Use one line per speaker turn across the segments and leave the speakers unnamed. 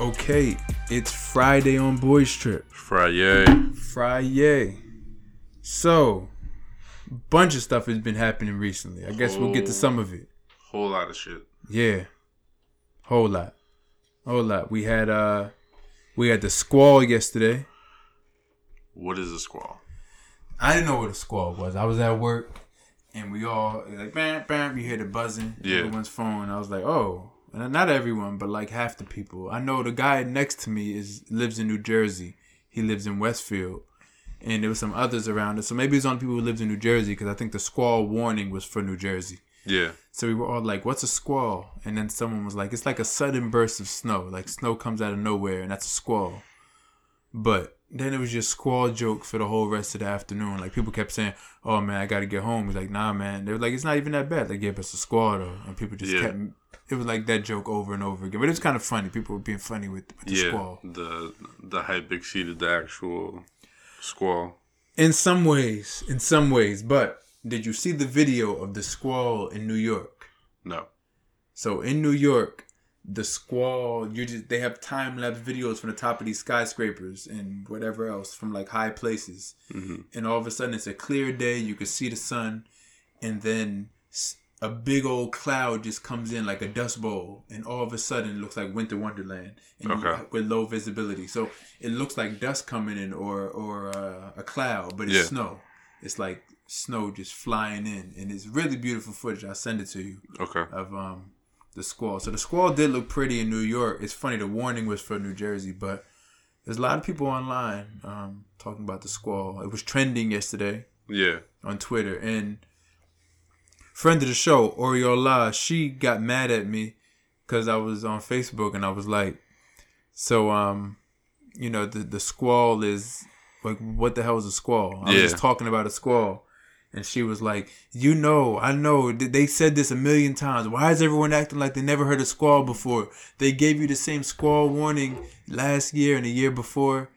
Okay, it's Friday on Boys Trip.
Friday.
Friday. So, bunch of stuff has been happening recently. I guess we'll get to some of it.
Whole lot of shit.
Yeah. Whole lot. Whole lot. We had uh we had the squall yesterday.
What is a squall?
I didn't know what a squall was. I was at work and we all like bam bam you hear the buzzing
Yeah.
everyone's phone. I was like, "Oh, and not everyone, but like half the people. I know the guy next to me is lives in New Jersey. He lives in Westfield. And there was some others around us. So maybe it's on people who lives in New Jersey because I think the squall warning was for New Jersey.
Yeah.
So we were all like, "What's a squall?" And then someone was like, "It's like a sudden burst of snow. Like snow comes out of nowhere, and that's a squall." But then it was just squall joke for the whole rest of the afternoon. Like people kept saying, "Oh man, I gotta get home." He's like, "Nah, man." They were like, "It's not even that bad." They gave us a squall though, and people just
Yeah.
kept. It was like that joke over and over again, but it was kind of funny. People were being funny with, with the
yeah.
squall.
The the hype exceeded the actual squall.
In some ways, in some ways. But did you see the video of the squall in New York?
No.
So in New York, the squall, you just they have time lapse videos from the top of these skyscrapers and whatever else from like high places.
Mm-hmm.
And all of a sudden it's a clear day, you can see the sun, and then s- a big old cloud just comes in like a dust bowl, and all of a sudden it looks like winter wonderland and you-
Okay.
with low visibility. So it looks like dust coming in or or uh, a cloud, but it's
Yeah.
snow. It's like snow just flying in, and it's really beautiful footage. I'll send it to you
Okay.
of um the squall. So the squall did look pretty in New York. It's funny the warning was for New Jersey, but there's a lot of people online um, talking about the squall. It was trending yesterday
Yeah.
on Twitter, and friend of the show Oriola, she got mad at me because I was on Facebook and I was like, so um, you know the the squall is like what the hell is a squall? I
Yeah.
was just talking about a squall. And she was like, "You know, I know. th- They said this a million times. Why is everyone acting like they never heard a squall before? They gave you the same squall warning last year and the year before,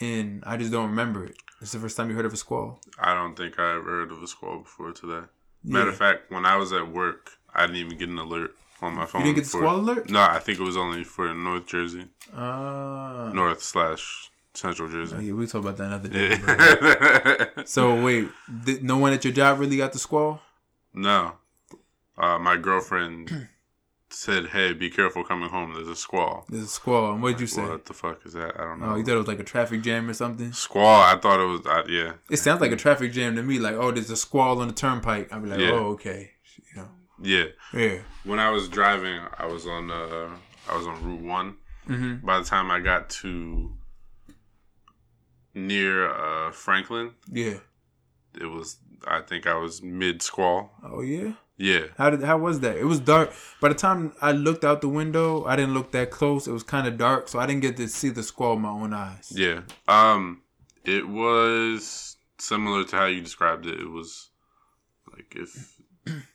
and I just don't remember it. It's the first time you heard of a squall.
I don't think I ever heard of a squall before today. Matter of fact, when I was at work, I didn't even get an alert on my phone.
You didn't get the
for-
squall alert?
No, I think it was only for North Jersey,
Ah.
North slash Central Jersey.
Okay, we'll talk about that another day. bro.
Yeah.
So wait, th- no one at your job really got the squall?
No. Uh, my girlfriend said, "Hey, be careful coming home. There's a squall."
There's a squall. And what'd you say?
What the fuck is that? I don't know.
Oh, you thought it was like a traffic jam or something?
squall. I thought it was. Uh, yeah.
It sounds like a traffic jam to me. Like, oh, there's a squall on the turnpike. I'd be like,
Yeah.
oh, okay. You know,
Yeah.
yeah.
When I was driving, I was on. Uh, I was on Route One.
Mm-hmm.
By the time I got to near uh, Franklin,
Yeah.
it was. I think I was mid squall.
Oh yeah.
Yeah.
How did how was that? It was dark. By the time I looked out the window, I didn't look that close. It was kind of dark, so I didn't get to see the squall with my own eyes.
Yeah. Um. It was similar to how you described it. It was like if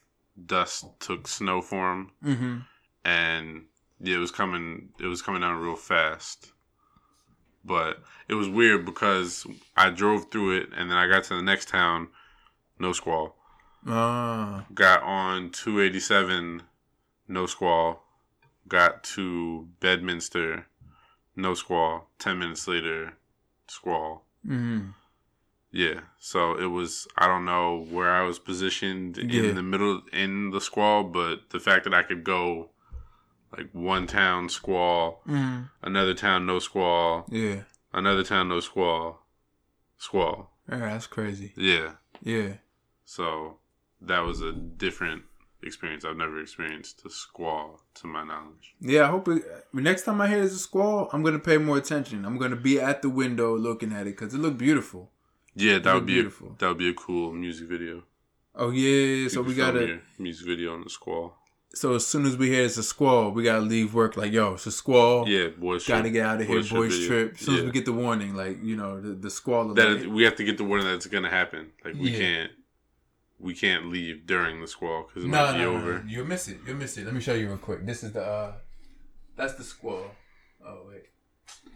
dust took snow form,
Mm-hmm.
and yeah, it was coming. It was coming down real fast. But it was weird because I drove through it, and then I got to the next town. No squall.
Ah.
Got on 287. No squall. Got to Bedminster. No squall. Ten minutes later, squall.
Mm-hmm.
Yeah. So it was I don't know where I was positioned
Yeah.
in the middle in the squall, but the fact that I could go like one town squall,
Mm-hmm.
another town no squall,
Yeah.
another town no squall, squall.
All right, that's crazy.
Yeah.
Yeah.
So that was a different experience. I've never experienced a squall to my knowledge.
Yeah, I hope it, next time I hear there's a squall, I'm gonna pay more attention. I'm gonna be at the window looking at it because it looked beautiful.
Yeah, that
looked
would be
beautiful.
A, that would be a cool music video.
Oh yeah, so
You
we
could film
gotta.
your music video on the squall.
So as soon as we hear it's a squall, we gotta leave work. Like yo, it's a squall.
Yeah, boys.
Oh, gotta
trip.
get out of here,
Boys
boys,
trip video.
trip. As soon as
Yeah.
we get the warning, like you know the, the squall. alert.
that is- we have to get the warning that's gonna happen. Like we
Yeah.
can't, we can't leave during the squall because it
no,
might be
no,
over.
no, no, you'll miss it. You'll miss it. Let me show you real quick. This is the. uh That's the squall. Oh wait,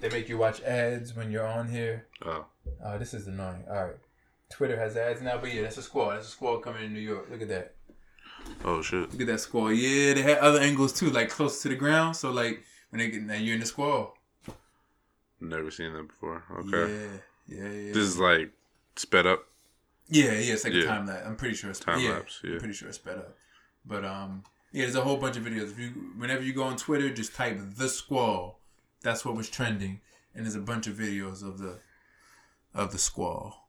they make you watch ads when you're on here.
Oh,
Oh, this is annoying. All right. Twitter has ads now, but yeah, that's a squall. That's a squall coming in New York. Look at that.
oh shit.
Look at that squall. Yeah, they had other angles too, like close to the ground. So like When they get now you're in the squall.
Never seen that before. Okay.
Yeah, yeah, yeah.
This is like sped up.
yeah, yeah. It's like
Yeah.
a time lapse. I'm pretty sure it's
Time
yeah,
lapse, yeah.
I'm pretty sure it's sped up. But um, yeah, there's a whole bunch of videos. If you whenever you go on Twitter, just type the squall. That's what was trending, and there's a bunch of videos of the of the squall.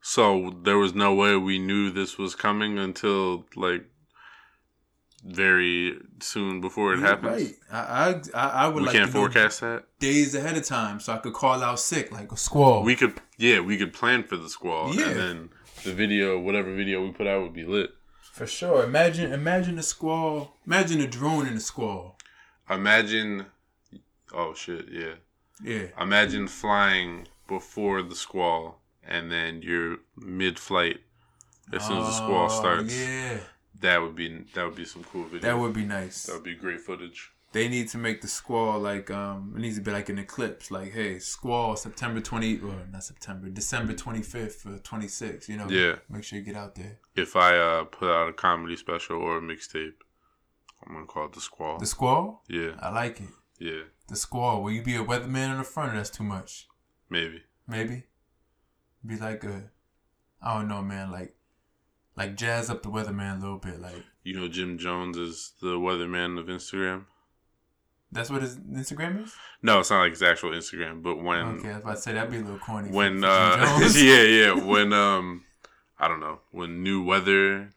So there was no way we knew this was coming until like very soon before it happens.
Right. I I, I, I would
We
like
can't
to know
forecast that.
days ahead of time so I could call out sick like a squall.
We could, yeah, we could plan for the squall,
Oh. Yeah.
and then the video, whatever video we put out, would be lit.
For sure. Imagine imagine a squall. Imagine a drone in a squall.
Imagine, oh shit, yeah.
Yeah.
Imagine flying before the squall, and then you're mid-flight as soon as the squall
Oh,
starts.
Yeah.
That would be that would be some cool video.
That would be nice.
that would be great footage.
They need to make the squall like um it needs to be like an eclipse. Like, hey, squall September twenty or not September, December twenty fifth or twenty sixth, you know.
Yeah.
Make sure you get out there.
if I uh, put out a comedy special or a mixtape, I'm gonna call it the Squall.
The squall?
yeah,
I like it.
yeah,
The squall. Will you be a weatherman on the front or that's too much?
maybe.
Maybe. Be like a I don't know, man, like like jazz up the weatherman a little bit, like
You know, Jim Jones is the weatherman of Instagram.
that's what his Instagram is?
No, it's not like his actual Instagram, but when
Okay, I was about to say that'd be a little corny. for-
when
for
uh,
Jim Jones.
yeah, yeah, when um, I don't know, when new weather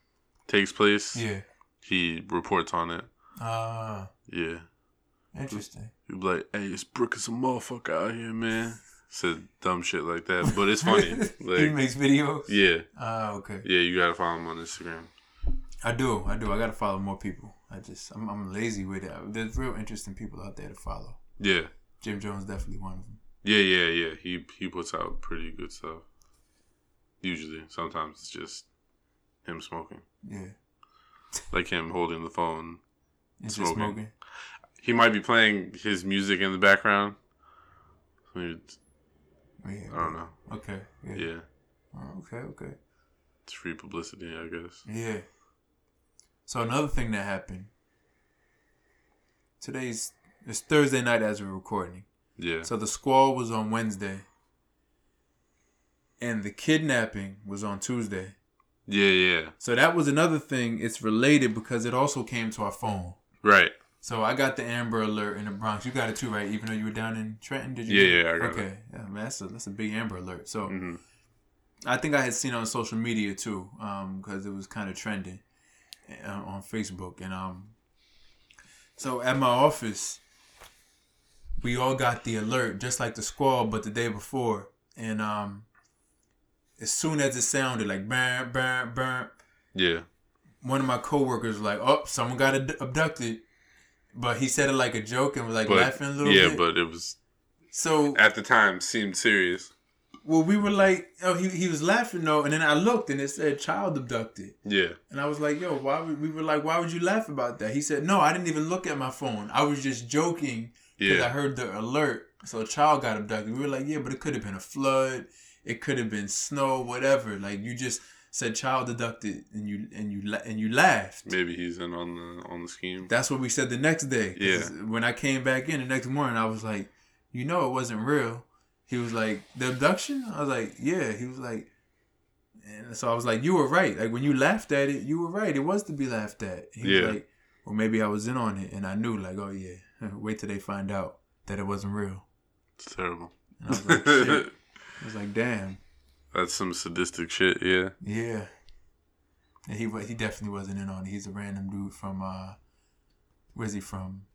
takes place,
yeah,
he reports on it.
uh,
Yeah,
interesting.
he'd be like, "Hey, it's Brooke is a motherfucker out here, man." Said dumb shit like that, but it's funny.
he
like,
makes videos.
yeah,
Ah, okay.
yeah, you gotta follow him on Instagram.
I do, I do. I gotta follow more people. I just, I'm, I'm lazy with it. There's real interesting people out there to follow.
Yeah.
Jim Jones definitely one of them.
Yeah, yeah, yeah. He he puts out pretty good stuff. Usually, sometimes it's just him smoking,
Yeah,
like him holding the phone.
it's just
Smoking.
smoking.
He might be playing his music in the background. I mean, it's-
Oh, Yeah.
I don't know.
Okay. Yeah.
Yeah,
Oh, Okay. Okay.
it's free publicity, I guess.
Yeah. So another thing that happened. Today's it's Thursday night as we're recording.
Yeah,
So the squall was on Wednesday. And the kidnapping was on Tuesday.
yeah, yeah.
So that was another thing. It's related because it also came to our phone.
Right.
So I got the Amber Alert in the Bronx. You got it too, right? Even though you were down in Trenton, did you?
Yeah, yeah, I got
okay. Yeah, man, that's a that's a big Amber Alert. So
Mhm.
I think I had seen it on social media too, because it was kind of trending uh, on Facebook. And um, so at my office, we all got the alert, just like the squall, but the day before. And um, as soon as it sounded like bam, bam, bam,
Yeah.
one of my coworkers was like, "Oh, someone got ad- abducted," but he said it like a joke and was like
But
laughing a little
yeah,
bit.
but it was
so
at the time seemed serious.
well, we were like, "Oh, he he was laughing though," and then I looked and it said child abducted.
Yeah.
And I was like, yo, why would, we were like, why would you laugh about that? He said, no, I didn't even look at my phone. I was just joking because I
Yeah.
heard the alert. So a child got abducted. We were like, yeah, but it could have been a flood. It could have been snow, whatever. Like you just said child abducted and you, and you, la- and you laughed.
Maybe he's in on the on the scheme.
That's what we said the next day. 'Cause
Yeah.
When I came back in the next morning, I was like, you know, it wasn't real. He was like, the abduction? I was like, yeah. He was like, and so I was like, you were right. Like when you laughed at it, you were right. It was to be laughed at. He
Yeah.
was like, well, maybe I was in on it and I knew, like, oh yeah, wait till they find out that it wasn't real.
It's terrible.
And I was like, shit. I was like, damn,
That's some sadistic shit. Yeah.
yeah. And he wa- he definitely wasn't in on it. He's a random dude from uh, where's he from?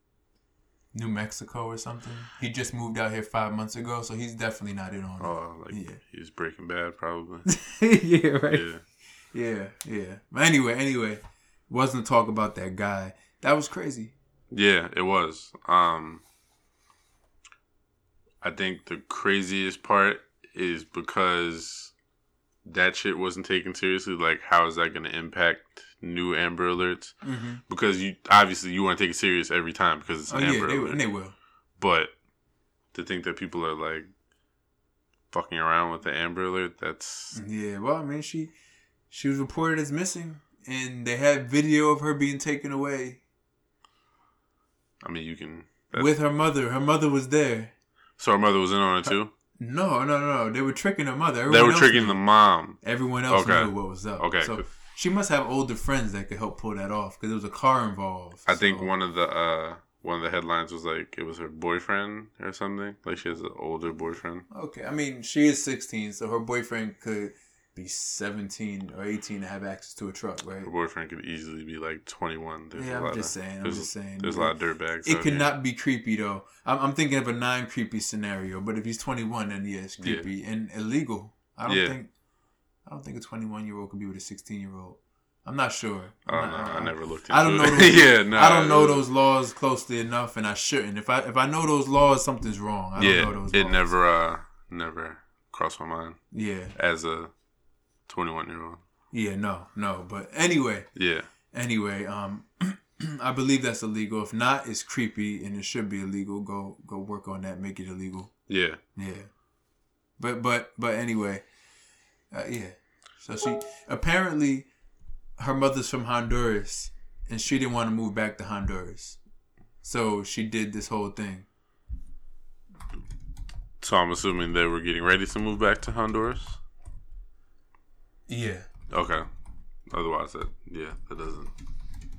New Mexico or something. He just moved out here five months ago, so he's definitely not in on
Oh, like
Yeah.
he was Breaking Bad, probably.
it. yeah, right.
yeah.
Yeah, yeah. But anyway, anyway, wasn't talk about that guy. That was crazy.
Yeah, it was. Um I think the craziest part is because that shit wasn't taken seriously. Like, how is that going to impact new Amber Alerts?
Mm-hmm.
Because you obviously you want to take it serious every time because it's
Oh
an
yeah,
Amber
they,
Alert.
and they will.
but to think that people are like fucking around with the Amber Alert, that's
Yeah. Well, I mean, she she was reported as missing, and they had video of her being taken away.
I mean you can That's-
with her mother. Her mother was there.
So her mother was in on it too.
No, no, no. They were tricking her mother.
they
Everyone
were
Uh, else
tricking
knew.
the mom.
Everyone else
Okay.
knew what was up.
Okay,
So
good.
she must have older friends that could help pull that off because there was a car involved.
I think
so-
one of the uh one of the headlines was like it was her boyfriend or something. Like she has an older boyfriend.
Okay, I mean she is 16, so her boyfriend could be 17 or 18 to have access to a truck, right?
Her boyfriend could easily be like twenty one. There's
yeah,
a lot
I'm just
of,
saying. I'm
there's-
just saying.
There's a lot of dirtbags.
It
out
could
here.
not be creepy though. I'm, I'm thinking of a non creepy scenario, but if he's 21, then yeah, it's
Yeah.
creepy and illegal. I don't
Yeah.
think, I don't think a 21 year old could be with a 16 year old. I'm not sure.
I don't
I'm
know.
not-
Oh, I never looked. Into
I don't
it.
know those-
yeah, no.
I don't know those laws closely enough, and I shouldn't. If I if I know those laws, something's wrong. I don't
yeah,
know those.
it
laws.
never, uh, never crossed my mind
Yeah,
as a twenty-one year old.
yeah, no, no. But anyway,
Yeah,
anyway, um, I believe that's illegal. If not, it's creepy, and it should be illegal. Go go work on that. Make it illegal.
yeah.
Yeah. But but but anyway, uh, yeah. So she apparently her mother's from Honduras, and she didn't want to move back to Honduras, so she did this whole thing.
So I'm assuming they were getting ready to move back to Honduras.
Yeah.
Okay. Otherwise, that yeah, that doesn't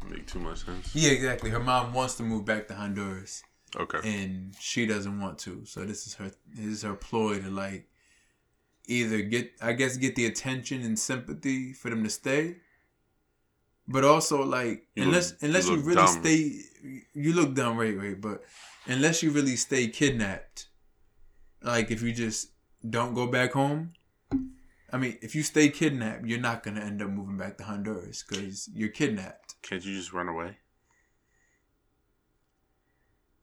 make too much sense.
Yeah, exactly. Her mom wants to move back to Honduras,
Okay.
and she doesn't want to. So this is her this is her ploy to like either get I guess get the attention and sympathy for them to stay, but also like
You look-
unless
you
unless you,
look
really
dumb.
stay, you look dumb, right, right. But unless you really stay kidnapped, like if you just don't go back home. I mean, if you stay kidnapped, you're not gonna end up moving back to Honduras because you're kidnapped.
Can't you just run away?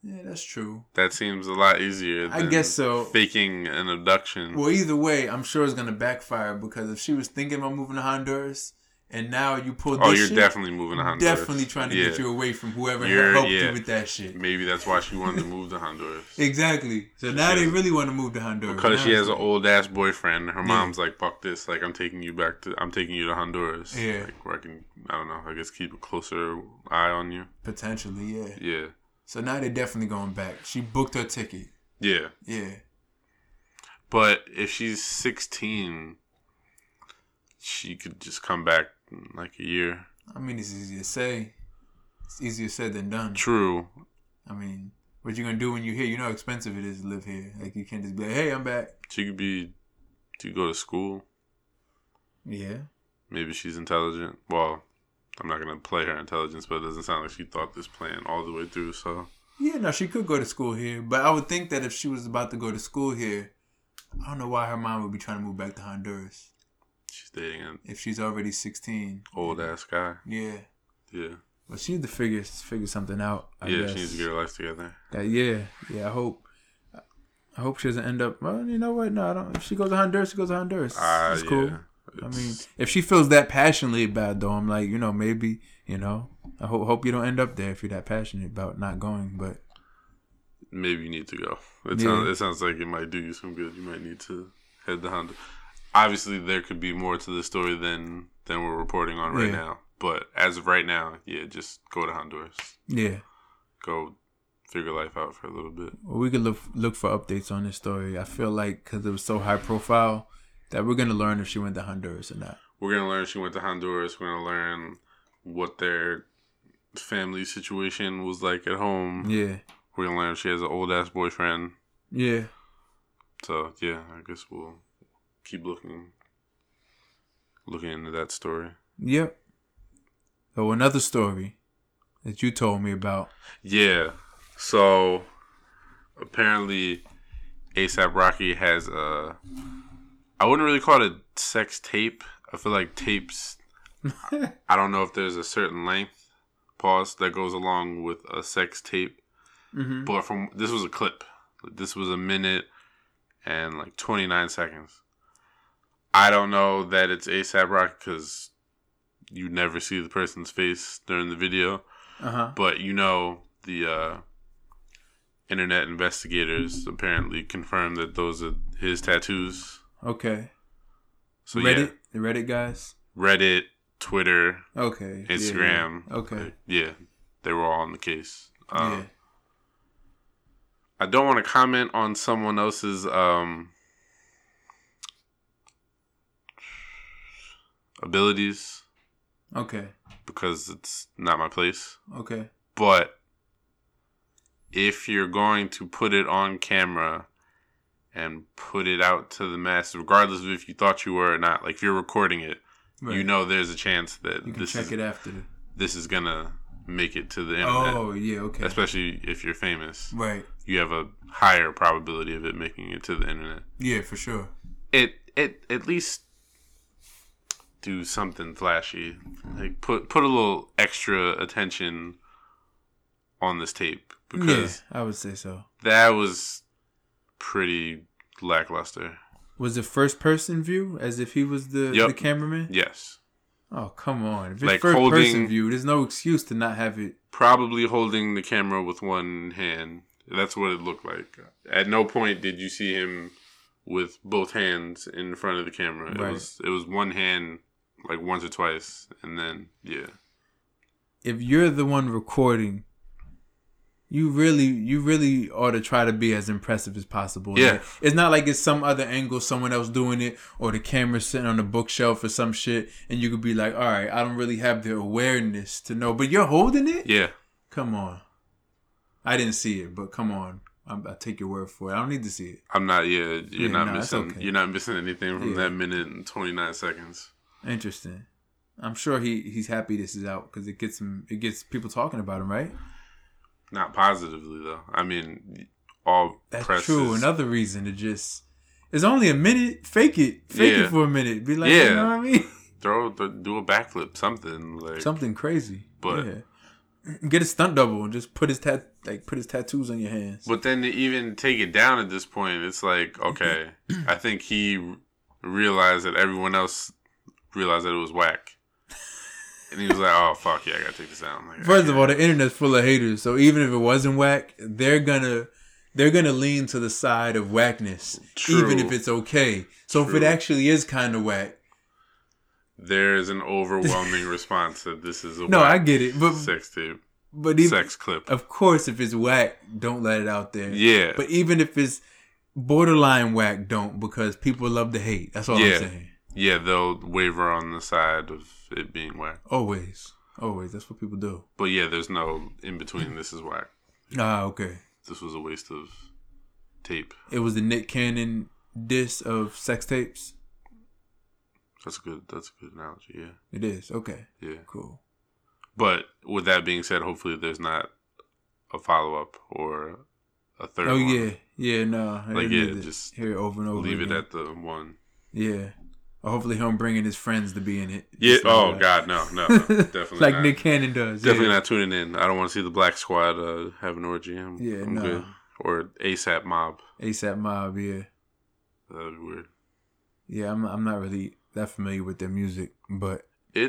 Yeah, that's true.
That seems a lot easier. Than
I guess so.
Faking an abduction.
Well, either way, I'm sure it's gonna backfire because if she was thinking about moving to Honduras, and now you pulled this
oh, you're
shit,
definitely moving to Honduras.
definitely trying to
yeah.
get you away from whoever
You're-
helped
yeah.
you with that shit.
Maybe that's why she wanted to move to Honduras.
Exactly. So now they
has-
really want to move to Honduras
Because
Now
she
it's
has an
like-
old ass boyfriend. Her mom's like, "Fuck this! Like, I'm taking you back to. I'm taking you to Honduras.
Yeah.
like, where I can. I don't know. I guess keep a closer eye on you.
potentially, yeah.
Yeah,
So now they're definitely going back. She booked her ticket.
yeah.
Yeah,
But if she's 16, she could just come back in like a year.
I mean it's easy to say. It's easier said than done.
True.
I mean, what you gonna do when you here? You know how expensive it is to live here. Like you can't just be like, hey, I'm back.
She could be. To go to school.
Yeah.
Maybe she's intelligent. Well, I'm not gonna play her intelligence, but it doesn't sound like she thought this plan all the way through. So
Yeah, no, she could go to school here, but I would think that if she was about to go to school here, I don't know why her mom would be trying to move back to Honduras
she's dating an
if she's already sixteen.
old ass guy.
Yeah,
Yeah.
but she needs to figure figure something out. I
yeah,
guess.
she needs to get her life together.
Uh, yeah, yeah. I hope, I hope she doesn't end up. Well, you know what? No, I don't. If she goes to Honduras, she goes to Honduras.
Ah,
It's cool.
yeah.
I mean,
It's-
if she feels that passionately about it, though, I'm like, you know, maybe, you know, I hope hope you don't end up there if you're that passionate about not going. But
maybe you need to go. It
Yeah.
sounds it sounds like it might do you some good. You might need to head to Honda. Obviously, there could be more to the story than than we're reporting on right
Yeah.
now. But as of right now, yeah, just go to Honduras.
yeah,
Go figure life out for a little bit.
Well, we could look look for updates on this story. I feel like because it was so high profile that we're gonna learn if she went to Honduras or not.
We're gonna learn she went to Honduras. We're gonna learn what their family situation was like at home.
Yeah,
We're gonna learn she has an old ass boyfriend.
yeah,
So yeah, I guess we'll keep looking looking into that story.
yep. So another story that you told me about.
Yeah. So apparently ASAP Rocky has a I wouldn't really call it a sex tape. I feel like tapes I don't know if there's a certain length pause that goes along with a sex tape.
Mm-hmm.
But from this was a clip. This was a minute and like 29 seconds. I don't know that it's ASAP Rocky because you never see the person's face during the video
Uh huh.
but you know the uh, internet investigators apparently confirmed that those are his tattoos.
Okay.
So
Reddit,
yeah,
the Reddit guys.
Reddit, Twitter,
Okay. yeah, yeah.
Instagram.
Okay.
like, yeah, they were all on the case. Uh,
yeah.
I don't want to comment on someone else's um, abilities
Okay.
because it's not my place.
Okay.
But if you're going to put it on camera and put it out to the masses, regardless of if you thought you were or not, like if you're recording it,
Right.
you know there's a chance that
You can
this
check
is,
it after. The...
this is gonna make it to the internet.
Oh yeah. Okay.
Especially if you're famous,
Right.
you have a higher probability of it making it to the internet.
Yeah, for sure.
It it at least do something flashy, like put put a little extra attention on this tape
Yeah,
because
I would say so.
that was pretty lackluster.
Was it first person view as if he was the,
Yep.
the cameraman?
Yes.
Oh come on! If it's
Like
first person
holding-
view, there's no excuse to not have it.
Probably holding the camera with one hand. That's what it looked like. At no point did you see him with both hands in front of the camera.
Right.
It was it was one hand like once or twice and then yeah.
If you're the one recording, you really you really ought to try to be as impressive as possible.
Yeah.
Like, it's not like it's some other angle, someone else doing it, or the camera sitting on a bookshelf or some shit, and you could be like, "All right, I don't really have the awareness to know," but you're holding it.
Yeah.
Come on. I didn't see it, but come on. I'm, I take your word for it. I don't need to see it.
I'm not yeah, you're
Yeah,
not
nah, it's
missing
okay.
you're not missing anything from
Yeah.
that minute and twenty nine seconds.
Interesting. I'm sure he, he's happy this is out because it gets him it gets people talking about him, right?
Not positively though. I mean all
That's
press
true.
is-
Another reason to just it's only a minute. Fake it. Fake
Yeah.
it for a minute. Be like, you
Yeah.
know what I mean?
throw th- do a backflip something like
Something crazy.
But-
yeah. get a stunt double and just put his tat like put his tattoos on your hands.
But then to even take it down at this point, it's like okay, I think he realized that everyone else realized that it was whack, and he was like, "Oh fuck yeah, I gotta take this down." Like,
First of all, the internet's full of haters, so even if it wasn't whack, they're gonna they're gonna lean to the side of whackness, even
True.
if it's okay. So if it
True.
actually is kind of whack,
there is an overwhelming response that this is a
no, I
whack
get it. But
sex tape,
but even,
sex clip.
of course, if it's whack, don't let it out there.
Yeah,
But even if it's borderline whack, don't because people love to hate. That's all
Yeah.
I'm saying.
yeah, they'll waver on the side of it being whack,
Always, always. That's what people do.
but yeah, there's no in between. This is whack.
Ah, okay.
This was a waste of tape.
It was the Nick Cannon diss of sex tapes.
That's a good. That's a good analogy. Yeah,
It is okay.
yeah.
Cool.
But with that being said, hopefully there's not a follow up or a third.
Oh
one.
yeah, Oh, yeah, no. I
Like,
didn't
yeah,
need to
just
hear it over and over.
Leave it
again.
at the one.
yeah. Or hopefully him bringing his friends to be in it.
Yeah.
Just like
Oh
that.
God, no, no, no definitely
like
not.
Nick Cannon does.
Definitely
yeah.
not tuning in. I don't want to see the Black Squad uh, have an orgy. I'm,
Yeah,
I'm
no.
good. Or ASAP Mob.
ASAP Mob. Yeah,
That would be weird.
yeah. I'm I'm not really that familiar with their music, but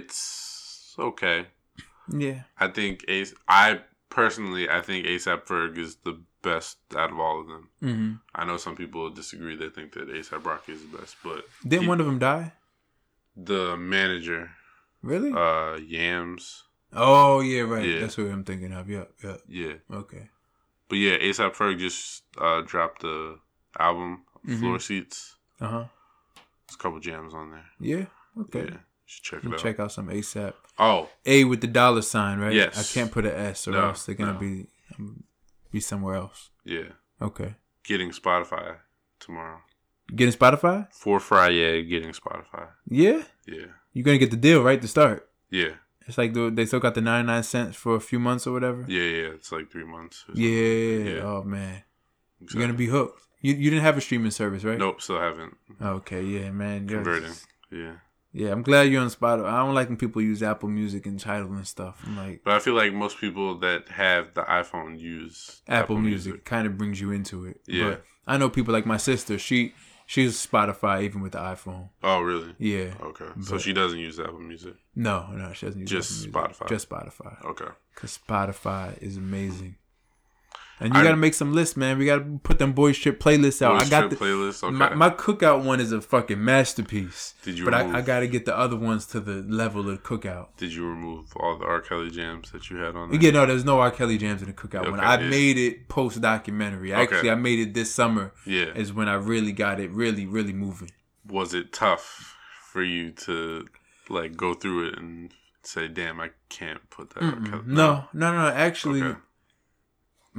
It's okay.
yeah,
I think Ace. I personally, I think ASAP Ferg is the best out of all of them.
hmm
I know some people disagree. They think that ASAP Rocky is the best, but
Didn't
He-
one of them die?
the manager
Really?
uh yams
oh yeah, right.
yeah.
That's what I'm thinking of. Yep, yep.
yeah
Okay.
but yeah asap ferg just uh dropped the album
Mhm.
floor seats
Uh huh.
there's a couple jams on there
Yeah. Okay.
yeah you should check
Let
it
me
out
check out some ASAP.
oh
A with the dollar sign, right?
Yes.
I can't put an S or
No,
else they're gonna
no.
be um, be somewhere else.
yeah
Okay.
getting spotify tomorrow
Getting Spotify?
for friday getting spotify
Yeah.
yeah
You're gonna get the deal right to start.
yeah
It's like the, they still got the 99 cents for a few months or whatever.
yeah yeah it's like three months or something.
Yeah.
Yeah.
Oh man,
So-
you're gonna be hooked. You you didn't have a streaming service, right?
nope still haven't
Okay. Yeah, man. Yo,
converting yeah
Yeah, I'm glad you're on Spotify. I don't like when people use Apple Music and title and stuff. I'm like
but i feel like most people that have the iphone use
Apple, Music, kind of brings you into it.
Yeah.
But I know people like my sister. She she's Spotify even with the iPhone.
oh really
Yeah.
okay so
But-
she doesn't use apple music
No, no, she doesn't use
Just
Apple Music.
Spotify.
Just Spotify.
okay
Cause Spotify is amazing. And you
I-
gotta make some lists, man. We gotta put them boys trip playlists out.
Boys
I got
Trip
the
playlist. Okay.
my, my cookout one is a fucking masterpiece.
Did you
But I,
remove-
I gotta get the other ones to the level of cookout.
Did you remove all the R. Kelly jams that you had on there?
Yeah, no, there's no R. Kelly jams in the cookout one.
Okay,
I
it's-
made it post documentary. Actually,
Okay.
I made it this summer.
Yeah.
Is when I really got it really, really moving.
Was it tough for you to like go through it and say, "Damn, I can't put that"? R. Kelly-
No, no, no. Actually,
Okay.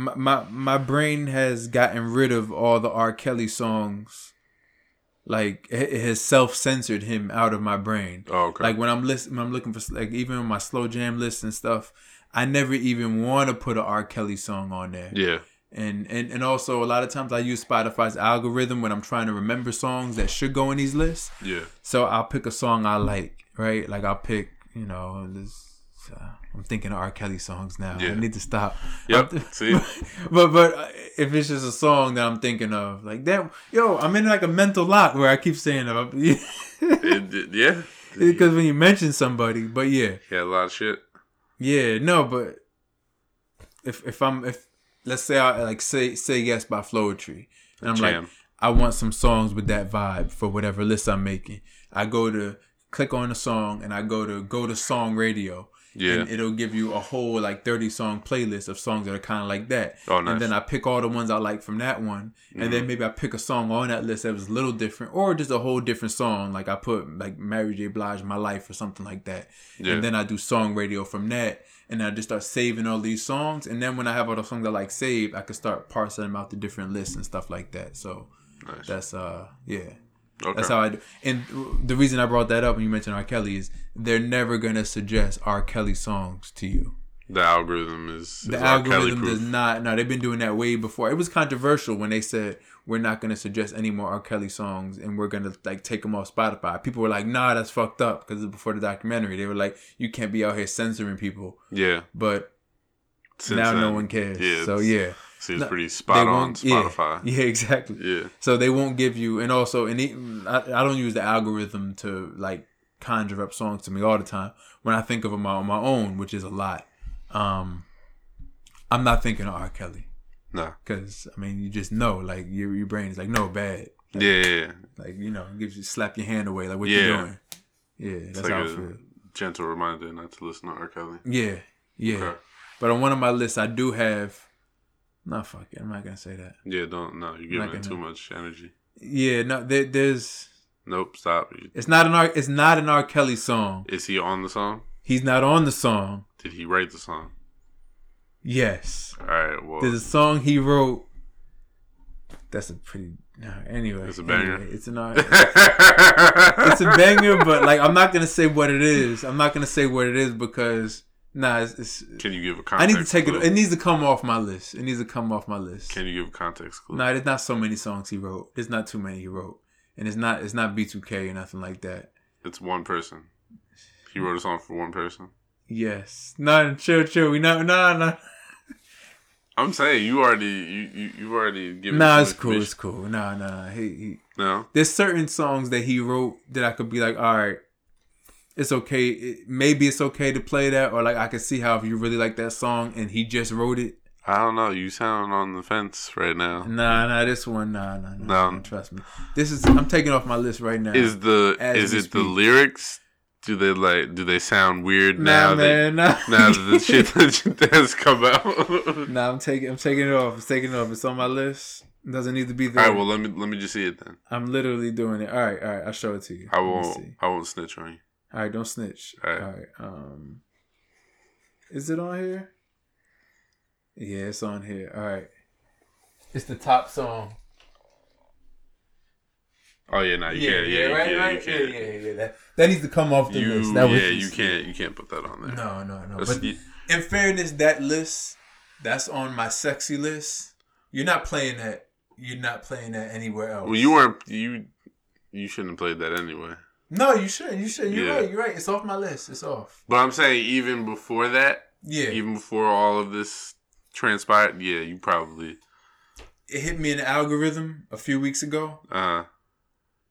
my, my my brain has gotten rid of all the R. Kelly songs. Like it it has self censored him out of my brain.
Oh, okay.
Like when I'm listen, when I'm looking for like even on my slow jam list and stuff, I never even want to put a R. Kelly song on there.
yeah.
and and and also a lot of times I use Spotify's algorithm when I'm trying to remember songs that should go in these lists.
Yeah.
So I'll pick a song I like, right? Like I'll pick, you know, this. Uh, I'm thinking of R. Kelly songs now.
Yeah.
I need to stop.
Yep.
I'm-
See.
but but uh, if it's just a song that I'm thinking of, like that, yo, I'm in like a mental lock where I keep saying it
It, it- yeah.
because when you mention somebody, but yeah,
He had a lot of shit.
yeah, no, but if if I'm if let's say I like say say yes by Flowetry, and I'm like
Jam.
I want some songs with that vibe for whatever list I'm making. I go to click on a song and I go to go to song radio.
Yeah.
And it'll give you a whole like 30 song playlist of songs that are kind of like that.
Oh, nice. Mm-hmm.
And then I pick all the ones I like from that one. And then maybe I pick a song on that list that was a little different or just a whole different song. Like I put like Mary J. Blige, My Life or something like that.
Yeah.
And then I do song radio from that. And I just start saving all these songs. And then when I have all the songs I like saved, I can start parsing them out to different lists and stuff like that. So
Nice.
that's, uh, yeah.
okay.
That's how I do. And the reason I brought that up when you mentioned R. Kelly is they're never gonna suggest R. Kelly songs to you.
the algorithm is, is
The
R. Kelly
algorithm
proof.
does not. No, they've been doing that way before. It was controversial when they said we're not gonna suggest any more R. Kelly songs and we're gonna like take them off Spotify. People were like, "Nah, that's fucked up," because before the documentary, they were like, "You can't be out here censoring people."
yeah.
But
Since
now no
then,
one cares.
yeah,
so
it's-
yeah,
Seems
No,
pretty
They
spot on
won't- yeah.
Spotify.
Yeah, exactly.
Yeah.
So they won't give you, and also, and it, I, I don't use the algorithm to like conjure up songs to me all the time. When I think of them on my own, which is a lot, um, I'm not thinking of R. Kelly
No.
because I mean, you just know, like your your brain is like, no, bad,
Yeah. yeah, yeah.
like you know, gives you slap your hand away, like what you
Yeah.
doing? Yeah, that's
like
how I
a-
feel.
Gentle reminder not to listen to R. Kelly.
Yeah, yeah.
Okay.
But on one of my lists, I do have. No, fuck it. I'm not gonna say that.
Yeah. Don't. No. You're giving
Like
it
a-
too much energy.
Yeah, no. There, there's.
Nope. Stop.
It's not an R. It's not an R. Kelly song.
Is he on the song?
He's not on the song.
Did he write the song?
Yes.
All right. Well,
There's a song he wrote. That's a pretty. No, anyway.
It's a banger.
anyway, it's an R. it's a banger, but like I'm not gonna say what it is. I'm not gonna say what it is because nah, it's. it's
Can you give a
I
context?
need to take it.
clue?
It needs to come off my list. It needs to come off my list.
Can you give a context clue?
No, there's not so many songs he wrote. There's not too many he wrote, and it's not it's not B2K or nothing like that.
It's one person. He wrote a song for one person.
Yes, no, chill, chill. We not, no, no,
I'm saying you already you you, you already given.
nah.
some
It's cool. It's
information.
cool. Nah, nah. He, he
No.
there's certain songs that he wrote that I could be like, all right, it's okay. It, maybe it's okay to play that, or like I could see how if you really like that song and he just wrote it.
I don't know. You sound on the fence right now.
Nah, nah. This one, nah, nah, nah.
No.
nah, Trust me. This is I'm taking off my list right now.
Is the
As
is
we
it the
speak.
lyrics? Do they like? Do they sound weird
nah,
now? That,
man, nah.
now that the shit that has come out. All
Nah, I'm taking I'm taking it off. I'm taking it off. It's on my list. It doesn't need to be there.
right. Well, let me let me just see it then.
I'm literally doing it. All right, all right. I'll show it to you.
I
Let me
won't.
see.
I won't snitch on you.
All right, don't snitch.
All
All
right.
right. Um, is it on here? Yeah, it's on here. All right. It's the top song.
Oh yeah, no, you can't. Yeah, you can't. you can't.
yeah, yeah, yeah. That, that needs to come off the
You-
list. That was
yeah, you can't. You can't put that on there.
No, no, no.
That's-
But in fairness, that list that's on my sexy list. You're not playing that. You're not playing that anywhere else.
well, you weren't. You you shouldn't have played that anyway.
No, you should. You should. You're
Yeah.
right. You're right. It's off my list. It's off.
But I'm saying even before that,
Yeah.
even before all of this transpired, yeah, you probably
it hit me in the algorithm a few weeks ago.
uh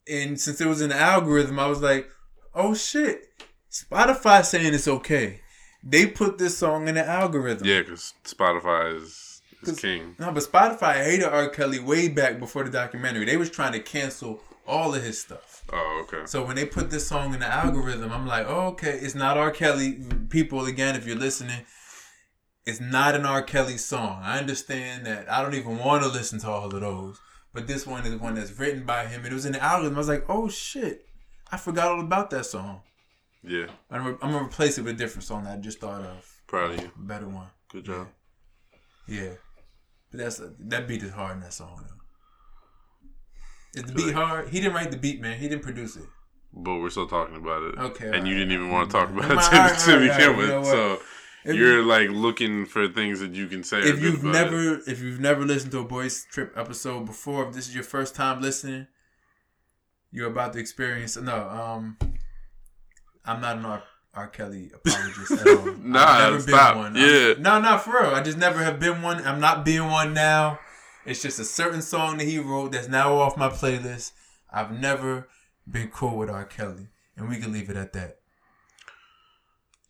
And since it was in the algorithm, I was like, oh shit. Spotify saying it's okay. They put this song in the algorithm.
yeah, because Spotify is It's king.
No, but Spotify hated R. Kelly way back before the documentary. They was trying to cancel all of his stuff.
Oh, okay.
So when they put this song in the algorithm, I'm like, oh, okay, it's not R. Kelly. People, again, if you're listening, it's not an R. Kelly song. I understand that. I don't even want to listen to all of those. But this one is one that's written by him. And it was in the algorithm. I was like, oh, shit. I forgot all about that song.
Yeah,
I'm, re- I'm going to replace it with a different song that I just thought of.
proud of you.
A better one.
Good job.
Yeah. But that's that beat is hard in that song though. Is the
Feel
beat
like-
hard? He didn't write the beat, man. He didn't produce it.
But we're still talking about it.
Okay,
And you
alright.
didn't even want to talk about
Alright,
it to,
alright,
to
alright,
begin
you
with.
know what?
so
If,
you're like looking for things that you can say.
if you've never if you've never listened to a boys trip episode before, if this is your first time listening, you're about to experience no, um I'm not an R. R. Kelly apologist at all. I've
Nah, stop. Yeah.
I'm, no, no, for real. I just never have been one. I'm not being one now. It's just a certain song that he wrote that's now off my playlist. I've never been cool with R. Kelly. And we can leave it at that.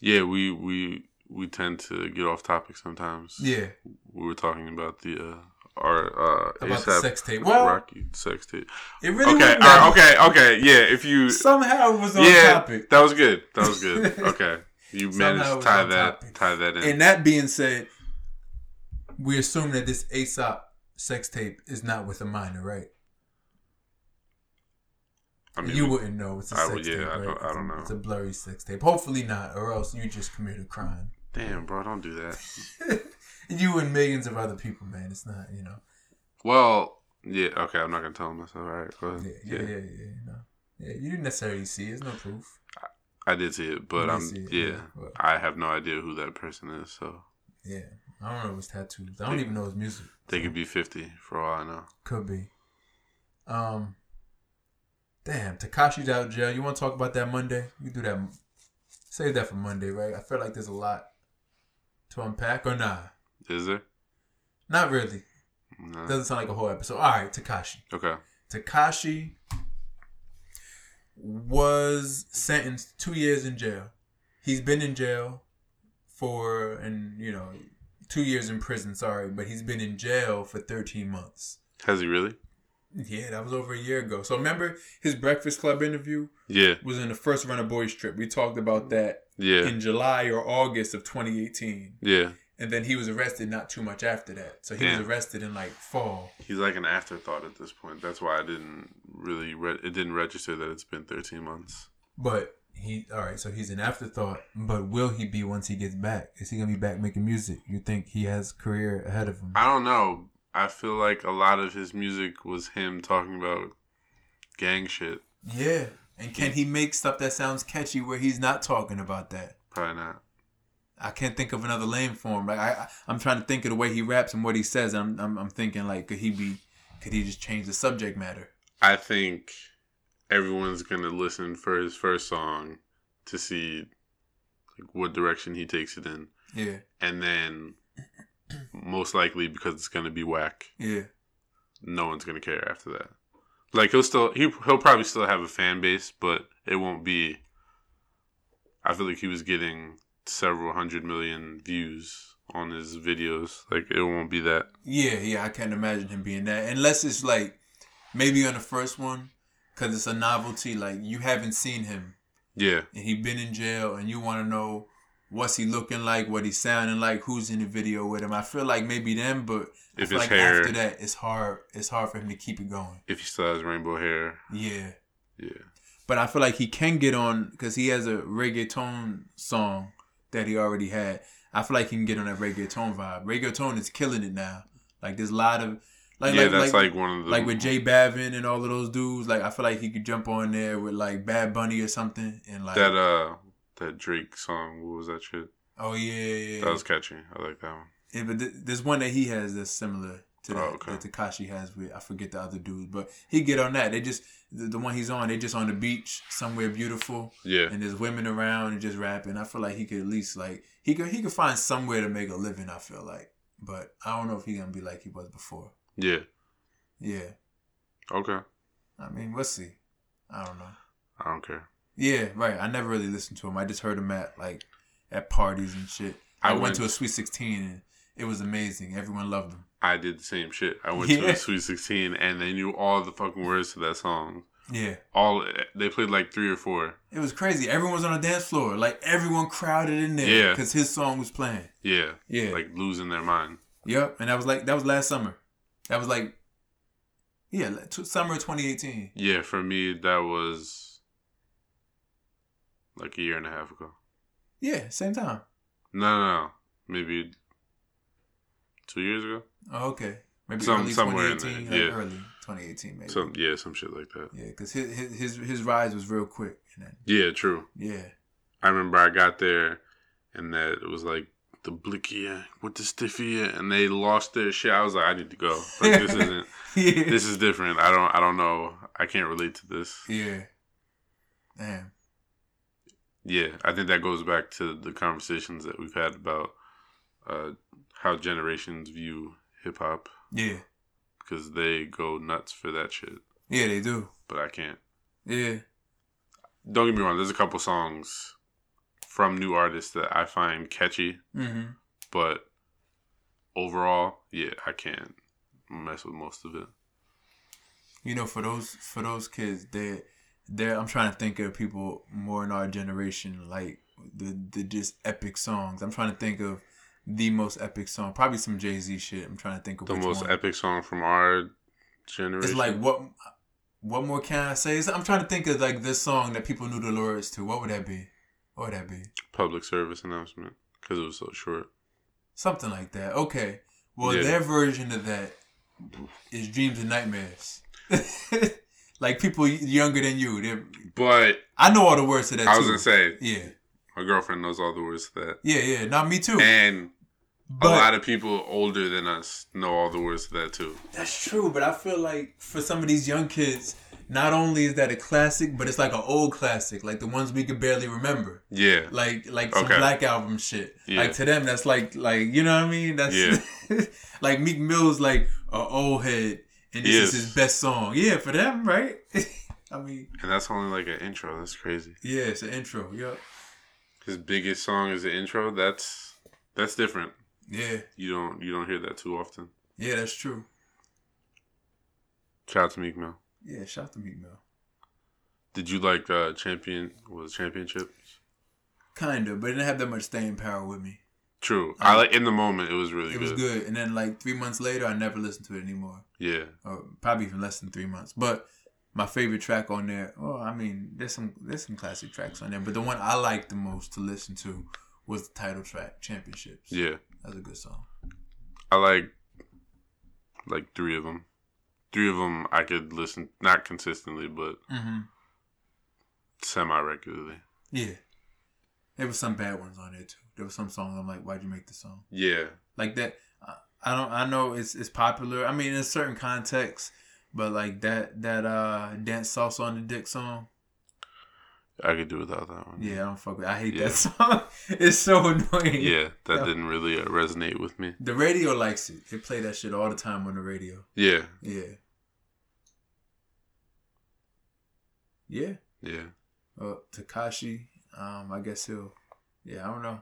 yeah, we we we tend to get off topic sometimes.
Yeah.
we were talking about the uh, our uh,
About the
ASAP
sex tape. Well,
Rocky sex tape.
it really
Okay,
wasn't
alright,
that-
okay, okay. Yeah, if you
Somehow it was on
yeah,
topic.
that was good. That was good. Okay, you
Somehow
managed
it
to
was
tie
on
that
topic.
tie that in.
And that being said, we assume that this Aesop sex tape is not with a minor, right?
I mean,
you
we-
wouldn't know. It's a
I
sex
would- yeah,
tape.
I
right?
don't- I
It's a-
don't know.
It's a blurry sex tape. Hopefully not, or else you just commit a crime.
damn, bro, don't do that.
you and millions of other people, man. It's not, you know.
Well, yeah, okay, I'm not gonna tell him this. All right, go ahead.
Yeah, yeah, yeah, yeah. you know. Yeah, you didn't necessarily see. it. There's no proof.
I did see it, but
You
I'm
did see
yeah,
it, yeah, but-
I have no idea who that person is. So
Yeah, I don't know. It was tattoos. I don't even know his music.
they could be 50 for all I know.
Could be. Um. Damn, Takashi's out of jail. You want to talk about that Monday? We do that. Save that for Monday, right? I feel like there's a lot to unpack, or nah?
Is there?
Not really.
No.
Doesn't sound like a whole episode. All right, Takashi.
okay.
Takashi was sentenced two years in jail. He's been in jail for and you know two years in prison. Sorry, but he's been in jail for thirteen months.
Has he really?
Yeah, that was over a year ago. So remember his Breakfast Club interview
Yeah.
was in the first run of boys trip. We talked about that
Mm-hmm. Yeah.
in July or August of 2018,
yeah.
and then he was arrested not too much after that. So he
Yeah.
was arrested in like fall.
He's like an afterthought at this point. That's why I didn't really re- it didn't register that it's been 13 months.
But he, all right, so he's an afterthought. But will he be once he gets back? Is he gonna be back making music? You think he has career ahead of him?
I don't know. I feel like a lot of his music was him talking about gang shit.
yeah. And can he make stuff that sounds catchy where he's not talking about that?
Probably not.
I can't think of another lane for him. Like I, I I'm trying to think of the way he raps and what he says. I'm, I'm, I'm thinking like, could he be? Could he just change the subject matter?
I think everyone's going to listen for his first song to see like what direction he takes it in.
Yeah,
and then most likely because it's gonna be whack,
yeah,
no one's gonna care after that. Like he'll still he he'll probably still have a fan base, but it won't be. I feel like he was getting several hundred million views on his videos. Like it won't be that.
yeah, yeah. I can't imagine him being that unless it's like maybe on the first one because it's a novelty. Like you haven't seen him
Yeah,
and he been in jail and you want to know what's he looking like what he sounding like who's in the video with him i feel like maybe them but I
If
feel
his
like
hair-
after that it's hard it's hard for him to keep it going
if he still has rainbow hair,
yeah
yeah,
but i feel like he can get on because he has a reggaeton song that he already had i feel like he can get on that reggaeton vibe reggaeton is killing it now like there's a lot of like
yeah.
like,
that's
like
like, one of the
like with Jay Bavin and all of those dudes, like I feel like he could jump on there with like Bad Bunny or something, and like
that uh that Drake song. What was that shit?
oh yeah, yeah, yeah.
That was catchy. I like that one.
Yeah, but th- there's one that he has that's similar to that,
Oh, okay.
that Takashi has with I forget the other dude, but he get on that. They just the, the one he's on, they just on the beach somewhere beautiful,
Yeah,
and there's women around and just rapping. I feel like he could at least like he could he could find somewhere to make a living. I feel like, but I don't know if he gonna be like he was before.
yeah.
Yeah,
Okay,
I mean we'll see. I don't know.
I don't care.
Yeah, right. I never really listened to him. I just heard him at like at parties and shit.
I
I, went
went-
to a Sweet Sixteen and, It was amazing. Everyone loved him.
I did the same shit. I went to
Yeah.
the Sweet 16 and they knew all the fucking words to that song.
Yeah.
All they played like three or four.
It was crazy. Everyone was on the dance floor. Like everyone crowded in there
Yeah.
because his song was playing.
Yeah,
Yeah.
like losing their mind.
yep. And that was like that was last summer. That was like yeah, like, t- summer of 2018.
Yeah, for me that was like a year and a half ago.
Yeah, same time.
No, no, no. maybe two years ago.
Oh, okay. Maybe
Some-
early
somewhere in
2018.
there,
like,
yeah.
Early 2018 maybe.
Some yeah, some shit like that.
yeah, because his, his his his rise was real quick. And then,
Yeah, true.
yeah.
I remember I got there and that it was like the blickier with the stiffier and they lost their shit. I was like, I need to go. Like this isn't
yeah.
this is different. I don't I don't know. I can't relate to this.
Yeah. Damn.
Yeah, I think that goes back to the conversations that we've had about uh, how generations view hip hop
Yeah.
because they go nuts for that shit,
Yeah, they do.
but I can't.
Yeah.
Don't get me wrong. There's a couple songs from new artists that I find catchy,
hmm
but overall, yeah, I can't mess with most of it.
You know, for those for those kids, they they I'm trying to think of people more in our generation, like the the just epic songs. I'm trying to think of the most epic song, probably some Jay Z shit. I'm trying to think of
The
which
most
one.
epic song from our generation.
It's like what what more can I say? It's, I'm trying to think of like this song that people knew the lyrics to. What would that be? What would that be?
public service announcement because it was so short.
Something like that. Okay. Well,
Yeah.
their version of that is dreams and nightmares. like people younger than you, they're
But
I know all the words to that
I was
too.
gonna say
yeah,
my girlfriend knows all the words to that.
yeah, yeah. Not me too.
And
but
a lot of people older than us know all the words to that too.
that's true. But I feel like for some of these young kids, not only is that a classic, but it's like an old classic, like the ones we could barely remember,
Yeah.
like like some
Okay.
Black album shit.
Yeah.
Like to them, that's like like you know what I mean. That's like Meek Mill's like an old head, and this is
Yes.
his best song. Yeah, for them, right? I mean,
And that's only like an intro. That's crazy.
yeah, it's an intro. Yep.
His biggest song is the intro. That's that's different.
Yeah,
You don't you don't hear that too often.
yeah, that's true.
Shout out to Meek Mill.
Yeah, shout out to Meek Mill.
Did you like uh champion was it championship?
Kinda, but it didn't have that much staying power with me.
True. I like in the moment it was really
It
good.
was good, and then like three months later, I never listened to it anymore,
Yeah.
or probably even less than three months. But my favorite track on there, well, I mean, there's some there's some classic tracks on there, but the one I liked the most to listen to was the title track, Championships.
Yeah.
that's a good song.
I like like three of them. Three of them I could listen not consistently but
Mm-hmm.
semi regularly.
Yeah, there was some bad ones on there too. There was some songs I'm like, why'd you make this song?
Yeah.
like that I- i don't i know it's it's popular i mean in certain contexts but like that that uh dance salsa on the dick song
I could do without that one.
yeah i don't fuck with i hate
Yeah.
that song it's so annoying
Yeah, that
Yeah.
didn't really uh, resonate with me.
the radio likes it they play that shit all the time on the radio
Yeah,
yeah yeah
yeah.
well takashi um i guess he'll yeah i don't know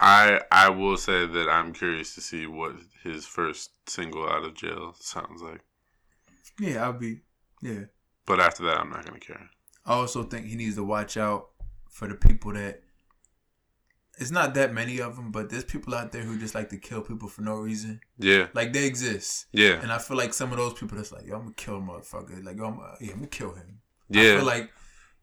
I I will say that I'm curious to see what his first single out of jail sounds like.
yeah i'll be yeah
But after that, I'm not gonna care.
I also think he needs to watch out for the people that. It's not that many of them, but there's people out there who just like to kill people for no reason.
Yeah,
Like they exist,
yeah,
and I feel like some of those people that's like, yo, I'm gonna kill a motherfucker. Like, yo, I'm, uh, yeah, I'm gonna kill him. I
yeah.
feel like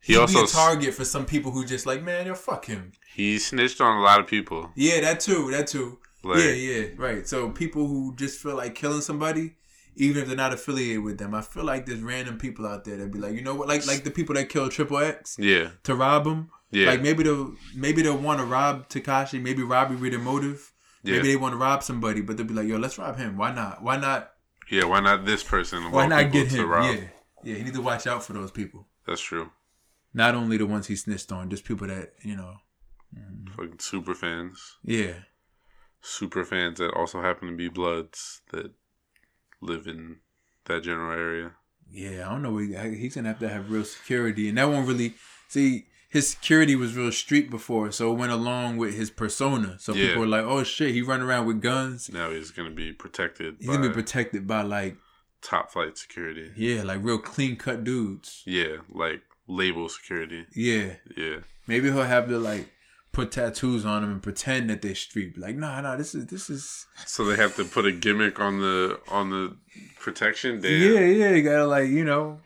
He
he'd
also
be a
s-
target for some people who just like, man, yo, fuck him.
he snitched on a lot of people.
Yeah, that too, that too.
Like,
yeah, yeah, right. So people who just feel like killing somebody, even if they're not affiliated with them, I feel like there's random people out there that be like, you know what, like like the people that killed Triple X
yeah,
to rob him.
yeah,
Like maybe they'll maybe they'll want to rob Takashi. Maybe robbery their motive.
yeah.
Maybe they want to rob somebody, but they'll be like, "Yo, let's rob him. Why not? Why not?
yeah. Why not this person? of
Why
all
not
people
get
to
him?
rob?
Yeah, yeah. You need to watch out for those people.
That's true.
Not only the ones he snitched on, just people that you know. Mm-hmm.
Fucking super fans,
Yeah,
super fans that also happen to be Bloods that live in that general area.
yeah. I don't know. Where he- he's gonna have to have real security, and that won't really see. his security was real street before, so it went along with his persona. So
Yeah.
people were like, "Oh shit, he run around with guns.
Now he's gonna be protected
He's
by
gonna be protected by like
top flight security.
yeah, like real clean cut dudes.
Yeah, like label security.
Yeah,
Yeah,
maybe he'll have to like put tattoos on him and pretend that they're street. Be Like, nah, nah, this is this is
so they have to put a gimmick on the on the protection. Damn.
yeah, yeah. You gotta like you know,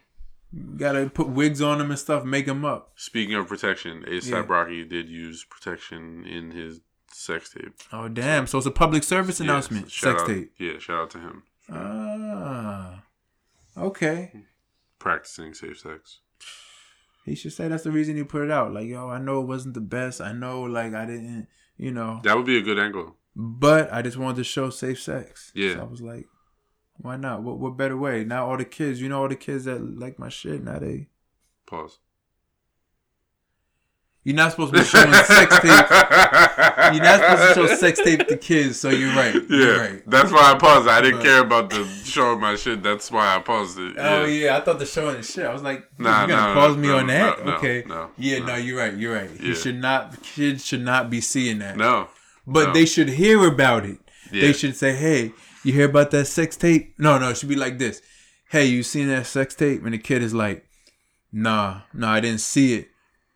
gotta put wigs on him and stuff, make him up.
Speaking of protection, ASAP
Yeah.
Rocky did use protection in his sex tape
Oh damn! So it's a public service
Yeah,
announcement.
shout
Sex
out-
tape.
Yeah, shout out to him
Ah, okay.
practicing safe sex.
He should say that's the reason he put it out. Like, yo, I know it wasn't the best. I know, like, I didn't, you know,
That would be a good angle.
but I just wanted to show safe sex.
Yeah.
So I was like, why not? What what better way? Now all the kids, you know, all the kids that like my shit. Now they,
Pause.
you're not supposed to be showing sex tape. You're not supposed to show sex tape to kids. So you're right.
Yeah,
You're right.
that's why I paused. it. I didn't
But-
care about the showing my shit. That's why I paused it.
Oh yeah, I thought the showing and shit. I was like,
Nah,
you gonna
nah,
pause me
no,
on that?
no, no,
okay.
no,
yeah,
no.
no. you're right. You're right.
Yeah.
You should not. Kids should not be seeing that.
No.
But
No.
they should hear about it.
Yeah.
They should say, "Hey, you hear about that sex tape?" No, no, it should be like this. "Hey, you seen that sex tape?" And the kid is like, "Nah, no, I didn't see it,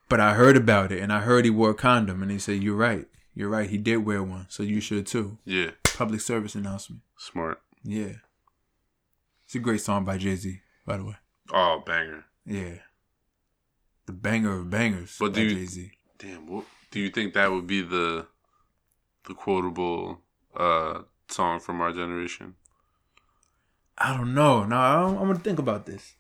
but I heard about it, and I heard he wore a condom." And they say, "You're right. You're right. He did wear one, so you should too."
Yeah.
Public service announcement.
Smart.
Yeah, it's a great song by Jay Z, by the way.
Oh, banger.
Yeah, the banger of bangers but
But do
by
you-
Jay Z.
Damn. What, do you think that would be the the quotable uh song from our generation?
I don't know. No, I don't, I'm gonna think about this.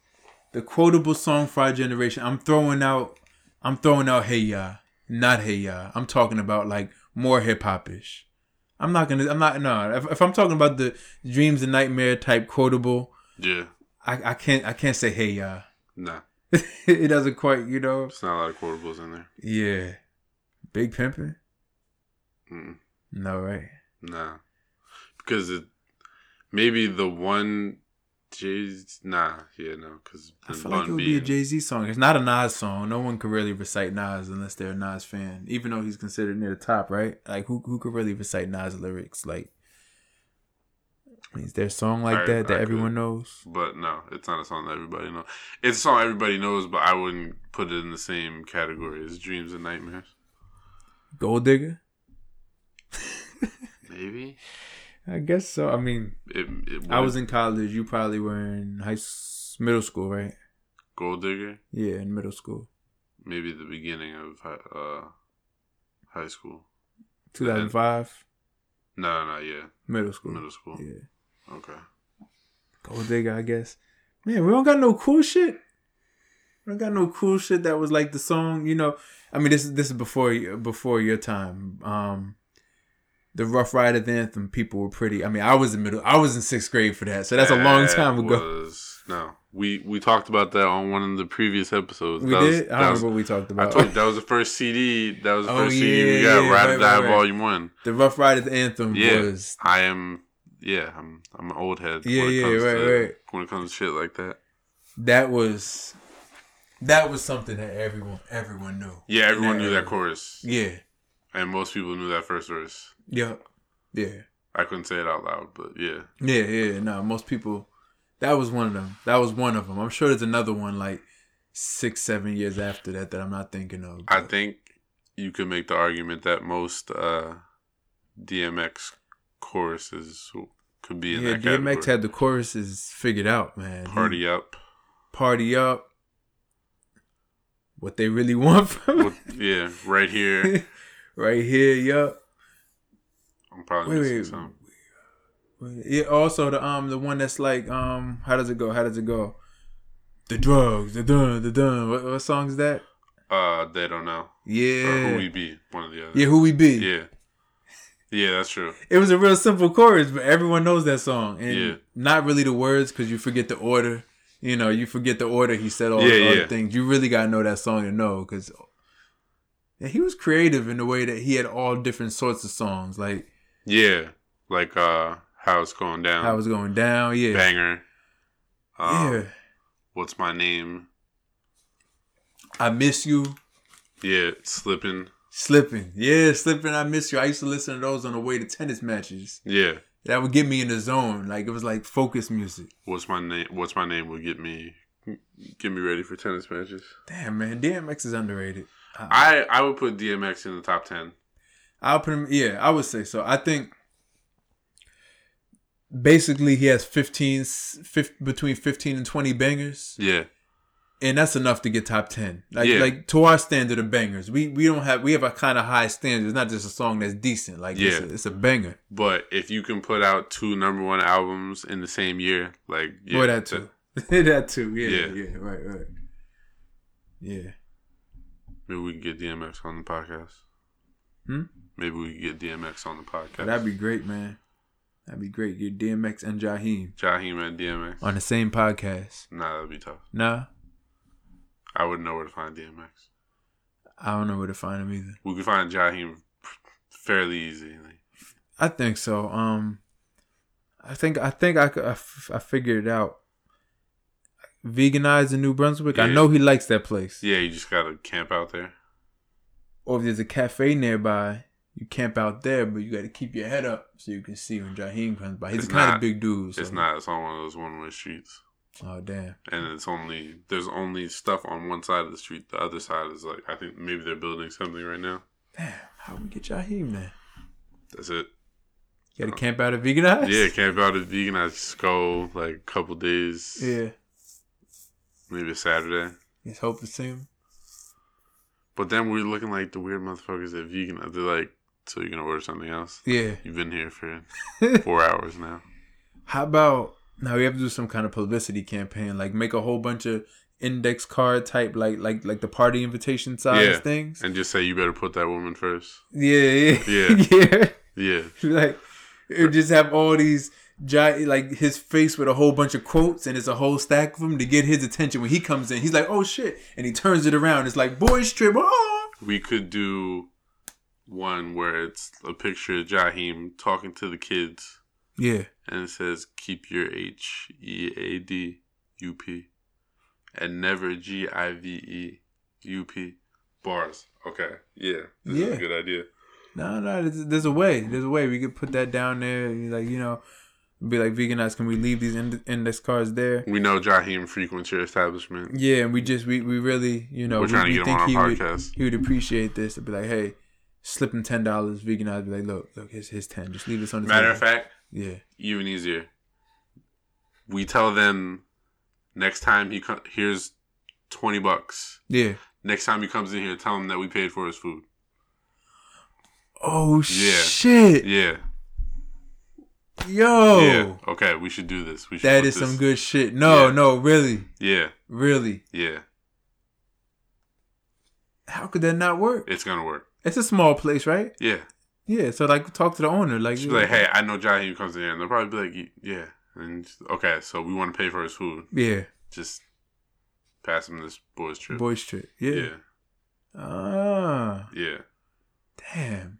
The quotable song for our generation. I'm throwing out. I'm throwing out. Hey ya, not hey ya. I'm talking about like more hip hop ish. I'm not gonna. I'm not. No. If, if I'm talking about the dreams and nightmare type quotable,
Yeah.
I, I can't. I can't say hey ya.
Nah.
it doesn't quite. You know.
There's not a lot of quotables in there.
Yeah. Big pimpin.
Mm,
No right.
nah. Because it maybe the one Jay's nah. Yeah. No. Because
I feel like it would be a Jay Z song. It's not a Nas song. No one could really recite Nas unless they're a Nas fan, even though he's considered near the top, right? Like who who could really recite Nas lyrics? Like, is there a song like
I-
that that
I
everyone
could.
knows?
But no, it's not a song that everybody knows. It's a song everybody knows, but I wouldn't put it in the same category as Dreams and Nightmares.
Gold Digger.
Maybe
I guess so. I mean,
it. it
I
would.
was in college. You probably were in high s- middle school, right?
Gold Digger.
Yeah, in middle school,
Maybe the beginning of hi- uh, high school.
two thousand five,
No, no, yeah,
middle school,
middle school.
yeah,
Okay,
Gold Digger. I guess. Man, we don't got no cool shit. I don't got no cool shit that was like the song, you know. I mean, this is this is before before your time. Um, the Rough Rider anthem. People were pretty. I mean, I was in middle. I was in sixth grade for that, so that's a long
That
time ago.
Was, no, we we talked about that on one of the previous episodes.
we
that Was,
did. I
that
don't
was-
remember what we talked
I
about.
told you that was the first CD. That was the
Oh,
first CD we
yeah,
got.
yeah,
Ride or
right,
Die
right, right.
Volume One.
the Rough Rider anthem
Yeah.
was.
I am. Yeah, I'm. I'm an old head.
Yeah, yeah, right,
to,
right.
When it comes to shit like that.
That was. That was something that everyone everyone knew.
Yeah, everyone knew that
Yeah.
chorus,
Yeah.
and most people knew that first verse.
Yep. Yeah.
I couldn't say it out loud, but yeah,
Yeah, yeah, no. most people, that was one of them. That was one of them. I'm sure there's another one like six, seven years after that that I'm not thinking of.
I
but-
think you could make the argument that most uh, DMX choruses could be in
yeah,
that category.
DMX had the choruses figured out, man. He-
Party up,
party up. What they really want from
With- yeah, right here.
right here, yup.
I'm probably
Wait,
missing
wait.
some.
Yeah, also the um the one that's like um how does it go? How does it go? The drugs, the dun, the dun. What, what song is that?
Uh, they don't know. Or who
Yeah,
we be? One of the other.
yeah, who we be?
yeah, yeah. That's true.
it was a real simple chorus, but everyone knows that song, and
Yeah.
not really the words because you forget the order. You know, you forget the order he said all
Yeah,
the
yeah.
other things. You really gotta know that song to know because he was creative in the way that he had all different sorts of songs, like
Yeah, like uh, how it's going down.
"How It's Going Down," yeah,
banger. Um,
yeah,
What's my name?
"I Miss You,"
Yeah, slipping.
Slipping. Yeah, slipping. I miss you. I used to listen to those on the way to tennis matches.
Yeah.
That would get me in the zone. Like it was like focus music.
What's my name? What's my name will get me get me ready for tennis matches.
Damn man, DMX is underrated.
I I would put DMX in the top ten.
I'll put him. Yeah, I would say so. I think basically he has 15, 15 between fifteen and twenty bangers,
Yeah.
and that's enough to get top ten. Like
Yeah.
like to our standard of bangers, we we don't have we have a kind of high standard. It's not just a song that's decent. Like it's,
Yeah.
a, it's a banger.
But if you can put out two number one albums in the same year, like yeah,
Boy, that too. that too. Yeah,
Yeah.
yeah, right, right. Yeah,
maybe we can get DMX on the podcast.
Hmm?
Maybe we can get DMX on the podcast.
that'd be great, man. That'd be great. Get DMX and Jaheim
Jaheim and DMX.
on the same podcast.
Nah, that'd be tough.
Nah,
I wouldn't know where to find DMX.
I don't know where to find him either.
We could find Jaheim fairly easily.
I think so. Um, I think I think I could, I, f- I figured it out. Veganized in New Brunswick. I
Yeah.
know he likes that place.
Yeah, you just gotta camp out there.
Or if there's a cafe nearby, you camp out there, but you got to keep your head up so you can see when Jaheim comes by. He's
It's
kind
not-
of big dude. So.
It's not. It's on one of those one-way streets,
Oh damn.
and it's only there's only stuff on one side of the street. The other side is like I think maybe they're building something right now.
Damn. How we get Jaheim man?
That's it.
You got to camp out at Veganized.
Uh, Yeah, camp out at vegan. I just go like a couple days.
Yeah.
maybe a Saturday.
Let's hope to see him.
But then we're looking like the weird motherfuckers that vegan. They're like, so you're gonna order something else?
Yeah.
You've been here for four hours now.
How about now we have to do some kind of publicity campaign, like make a whole bunch of index card type, like like like the party invitation size
Yeah.
things.
And just say you better put that woman first.
Yeah, yeah,
Yeah.
yeah.
Yeah.
like it just have all these giant, like his face with a whole bunch of quotes, and it's a whole stack of them to get his attention when he comes in. He's like, "Oh shit!" and he turns it around. It's like boys trip. Oh,
We could do one where it's a picture of Jaheim talking to the kids
yeah,
and it says, keep your H E A D U P and never G I V E U P. Bars. Okay. Yeah. This is
Yeah.
a good idea.
no, no. There's, there's a way. There's a way we could put that down there. and, Like you know, be like veganized. Can we leave these ind- index cards there?
We know Jaheim frequents your establishment.
Yeah, and we just we, we really you know
We're
we,
trying to
we
get him
think
on
he
our
would
podcast.
he would appreciate this and be like, hey, slip him ten dollars, veganize. Be like, look, look, here's his ten. Just leave this on the table.
Matter of fact,
yeah,
even easier. We tell them next time he co- here's twenty bucks.
yeah.
Next time he comes in here, tell him that we paid for his food.
Oh shit,
Yeah,
yo,
yeah. Okay, we should do this. We should
Oh. that
put
is
this-
some good shit. No,
Yeah.
no, really,
Yeah,
really.
yeah.
How could that not work?
It's gonna work.
It's a small place, right?
Yeah.
Yeah. So like, talk to the owner. Like,
Just be like, hey, I know Jaheim comes in here, and they'll probably be like, yeah. And okay, so we want to pay for his food.
yeah,
Just pass him this boys trip.
boys trip. Yeah.
Yeah,
Ah,
yeah.
damn.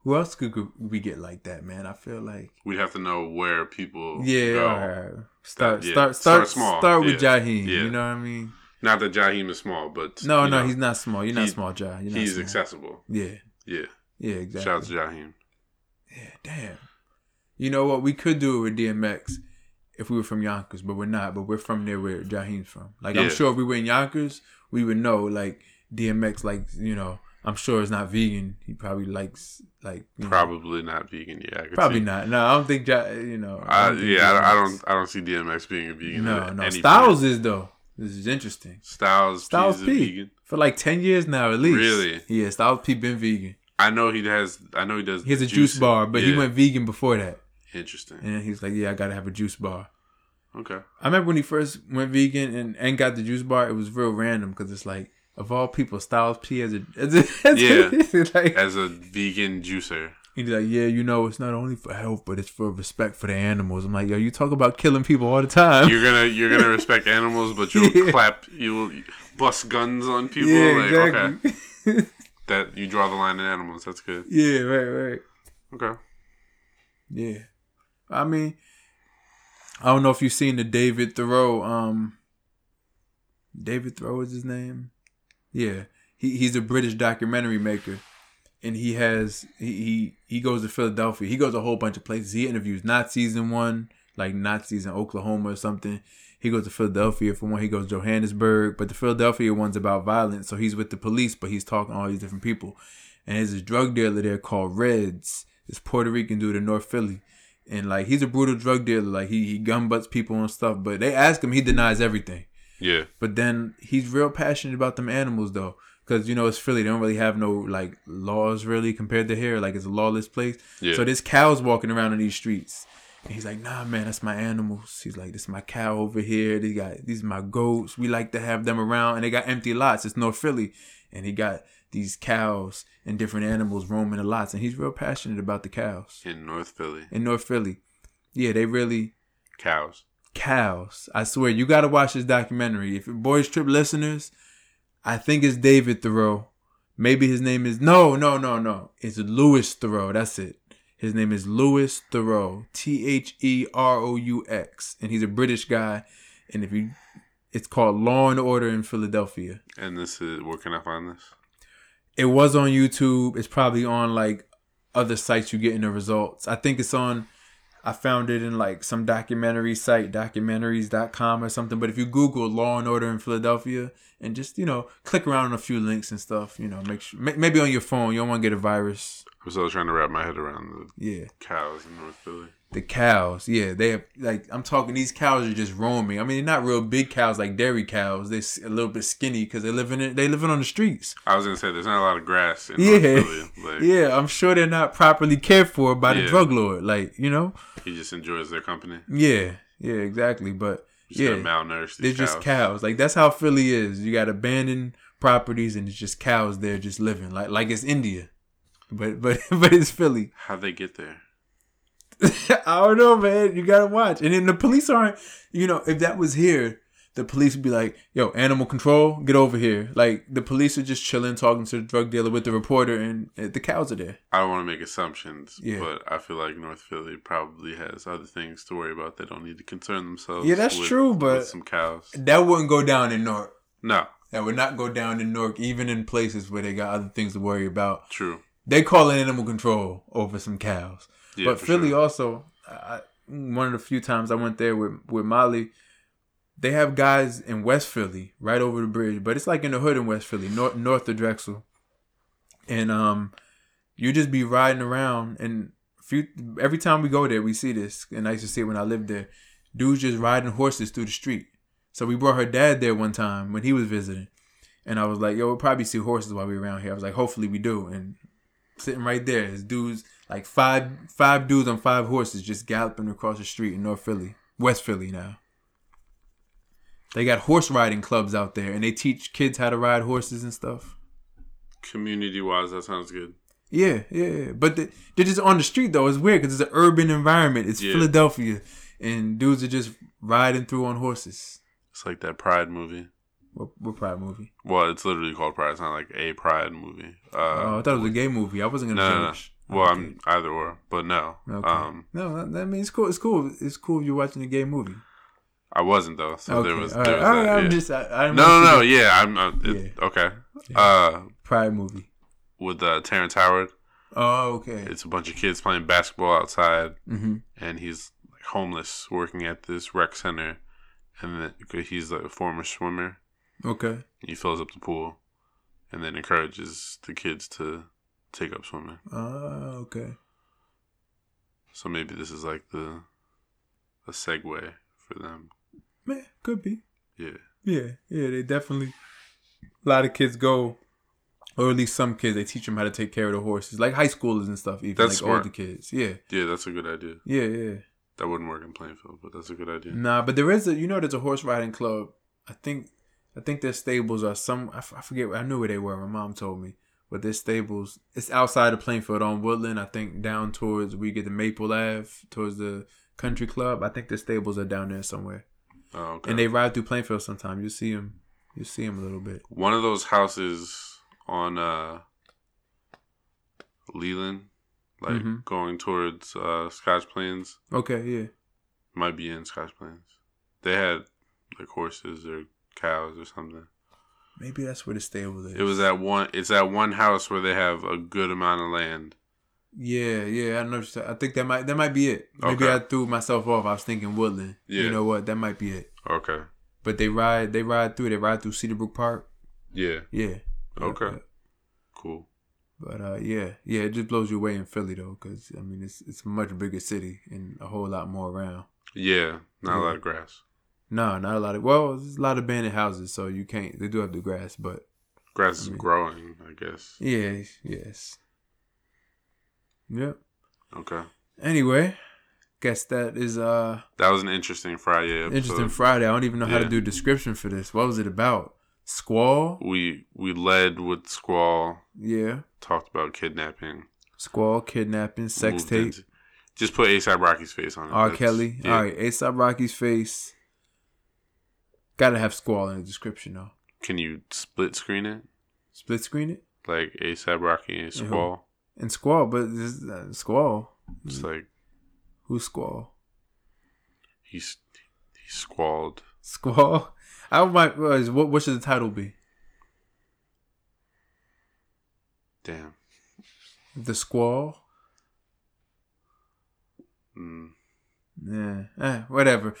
Who else could we get like that, man? I feel like.
We'd have to know where people.
Yeah,
go.
all right. Start,
Yeah,
start, start,
start
start,
small.
with
Yeah,
Jaheim.
yeah.
You know what I mean?
Not that Jaheim is small, but
No,
you
no,
know,
he's not small. You're not
he-
small, Jah. You're not
he's
small.
accessible.
Yeah,
Yeah.
yeah, exactly.
Shout out to Jaheim.
Yeah, damn. You know what? We could do it with DMX if we were from Yonkers, but we're not. But we're from near where Jaheim's from. Like
Yeah.
I'm sure if we were in Yonkers, we would know. Like DMX, like you know, I'm sure it's not vegan. He probably likes like you know,
Probably not vegan. Yeah, I could
probably
see.
not. No, I don't think ja, you know.
I,
don't think
yeah, I, I
DMX.
don't. I don't see DMX being a vegan.
No,
at
no.
any
Styles
point.
is though. This is interesting.
Styles.
Styles
Styles
P.
vegan.
for like ten years now at least.
Really?
Yeah, Styles P been vegan.
I know he has. I know he does.
He has a juice, bar, but he
Yeah.
went vegan before that.
Interesting.
And he's like, Yeah, I gotta have a juice bar.
Okay.
I remember when he first went vegan and, and got the juice bar, it was real random because it's like of all people, Styles P as a as a, as
Yeah.
a like,
As a vegan juicer,
he's like, Yeah, you know, it's not only for health, but it's for respect for the animals. I'm like, yo, you talk about killing people all the time.
you're gonna you're gonna respect animals, but you'll
Yeah.
clap, you'll bust guns on people.
yeah,
like, Okay.
exactly.
That you draw the line in animals. That's good.
yeah, right, right.
Okay.
Yeah. I mean, I don't know if you've seen the David Thoreau. Um, David Thoreau is his name. Yeah, he, he's a British documentary maker, and he has he, he he goes to Philadelphia. He goes a whole bunch of places. He interviews Nazis in one, like Nazis in Oklahoma or something. He goes to Philadelphia for one. He goes to Johannesburg, but the Philadelphia one's about violence. So he's with the police, but he's talking to all these different people. And there's this drug dealer there called Reds. This Puerto Rican dude in North Philly. And like he's a brutal drug dealer. Like he, he gun butts people and stuff. But they ask him, he denies everything.
Yeah.
But then he's real passionate about them animals though, because you know it's Philly. They don't really have no like laws really compared to here. Like it's a lawless place.
Yeah.
So there's cows walking around in these streets, and he's like, "Nah, man, that's my animals." He's like, "This is my cow over here. These got these are my goats. We like to have them around." And they got empty lots. It's North Philly, and he got these cows and different animals roaming the lots, and he's real passionate about the cows
In North Philly,
in North Philly. Yeah, they really
cows.
cows. I swear, you gotta watch this documentary. If Boys Trip listeners, I think it's David Thoreau. Maybe his name is no, no, no, no. It's Lewis Thoreau. That's it. His name is Lewis Thoreau. T H E R O U X, and he's a British guy. And if you, it's called Law and Order in Philadelphia.
And this is where can I find this?
It was on YouTube. It's probably on like other sites you get in the results. I think it's on I found it in like some documentary site, documentaries.com or something. But if you Google Law and Order in Philadelphia and just, you know, click around on a few links and stuff, you know, make sure, may- maybe on your phone, you don't want to get a virus.
I'm still trying to wrap my head around the
Yeah.
cows in North Philly.
The cows. Yeah. They have, like, I'm talking, these cows are just roaming. I mean, they're not real big cows like dairy cows. They're s- a little bit skinny because they live in it, they living on the streets.
I was gonna say there's not a lot of grass in
Yeah.
North Philly. Like
Yeah. I'm sure they're not properly cared for by the
Yeah.
drug lord. Like, you know?
he just enjoys their company.
Yeah. Yeah, exactly. But,
He's
yeah.
gonna malnourish
They're
these
just cows. Like that's how Philly is. You got abandoned properties and it's just cows there just living. Like like it's India. But but but it's Philly.
How they get there?
I don't know, man. You gotta watch. And then the police aren't you know, if that was here, the police would be like, yo, animal control, get over here. Like the police are just chilling, talking to the drug dealer with the reporter and uh, the cows are there.
I don't want to make assumptions,
Yeah.
but I feel like North Philly probably has other things to worry about. They don't need to concern themselves.
Yeah, that's
with-
true,
with
but-
some cows.
That wouldn't go down in Newark.
No,
That would not go down in Newark, even in places where they got other things to worry about.
true.
They call it animal control over some cows.
Yeah,
but
for
Philly
sure.
also, I, one of the few times I went there with with Molly, they have guys in West Philly, right over the bridge. But it's like in the hood in West Philly, north north of Drexel, and um, you just be riding around. And few every time we go there, we see this, and I used to see it when I lived there. Dudes just riding horses through the street. So we brought her dad there one time when he was visiting, and I was like, "Yo, we'll probably see horses while we're around here." I was like, "Hopefully we do." And sitting right there is dudes like five five dudes on five horses just galloping across the street in North Philly, West Philly now. They got horse riding clubs out there, and they teach kids how to ride horses and stuff.
community wise, that sounds good.
Yeah, yeah, yeah. but they, they're just on the street though. It's weird because it's an urban environment. It's
Yeah.
Philadelphia, and dudes are just riding through on horses.
It's like that Pride movie.
What, what pride movie?
Well, it's literally called Pride. It's not like a Pride movie. Uh,
oh, I thought it was a gay movie. I wasn't
no,
gonna
no, no.
judge.
Well, I'm either or, but no.
Okay.
Um,
no, that, that means it's cool. It's cool. It's cool if you're watching a gay movie.
I wasn't though. So
okay,
there was.
all
there
right,
was
all right.
that,
I'm
yeah.
just. I, I didn't
no,
want
no,
you to
no. Yeah, I'm. Uh, it, Okay. Uh,
Pride movie.
with uh, Terrence Howard,
Oh, okay.
it's a bunch of kids playing basketball outside.
hmm
and he's like homeless working at this rec center and then he's like a former swimmer
Okay.
he fills up the pool and then encourages the kids to take up swimming
Ah, okay.
so maybe this is like the a segue for them
Man, could be.
yeah
Yeah, yeah. They definitely. A lot of kids go, or at least some kids. They teach them how to take care of the horses, like high schoolers and stuff. Even
That's
like
smart.
older kids. Yeah,
yeah that's a good idea
yeah, yeah.
that wouldn't work in plainfield but that's a good idea
Nah, but there is a. You know, there's a horse riding club. I think, I think their stables are some. I, f- I forget. I knew where they were. My mom told me. But their stables, it's outside of Plainfield on Woodland. I think down towards we get the Maple Ave towards the country club. I think the stables are down there somewhere.
oh, okay
And they ride through Plainfield sometime. You see them. You see them a little bit.
one of those houses on uh leland like
Mhm.
going towards uh scotch plains
Okay, yeah.
might be in Scotch Plains. They had like horses or cows or something.
Maybe that's where the stable is.
It was at one. It's at one house where they have a good amount of land.
Yeah, yeah, I know. What you're talking- I think that might that might be it. Maybe
Okay.
I threw myself off. I was thinking Woodland.
Yeah.
You know what? That might be it.
Okay.
But they ride they ride through. They ride through Cedarbrook Park.
Yeah.
Yeah.
Okay.
Yeah.
Cool.
But uh, yeah, yeah, it just blows you away in Philly though, because I mean it's it's a much bigger city and a whole lot more around.
Yeah. Not a
Yeah.
lot of grass.
No, not a lot of well, there's a lot of abandoned houses, so you can't. They do have the grass, but
Grass is
I mean-
growing. I guess.
yeah, yes, yep.
Okay.
Anyway, guess that is uh
That was an interesting Friday episode.
interesting Friday. I don't even know how
Yeah.
to do a description for this. What was it about? Squall.
we we led with squall.
Yeah.
Talked about kidnapping.
Squall, kidnapping, sex
moved
tape,
into- just put ASAP Rocky's face on it.
R.
That's-
Kelly.
yeah,
All right, ASAP Rocky's face. Gotta have Squall in the description though.
Can you split screen it
Split screen it
like ASAP Rocky and
Yeah.
Squall?
and Squall, but this is, uh, Squall.
It's like
Who's Squall?
he's he squalled.
Squall. I might. uh, is- What, what should the title be?
Damn.
The Squall.
Mm.
Yeah. Eh, whatever.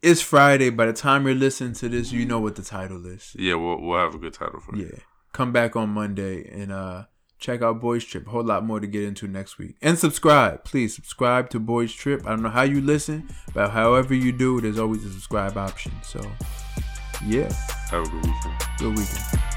It's Friday. By the time you're listening to this, you know what the title is.
Yeah, we'll we'll have a good title for it.
Yeah. Come back on Monday and uh check out Boys Trip. A whole lot more to get into next week. And subscribe. Please subscribe to Boys Trip. I don't know how you listen, but however you do, there's always a subscribe option. So yeah.
Have a good weekend.
Good weekend.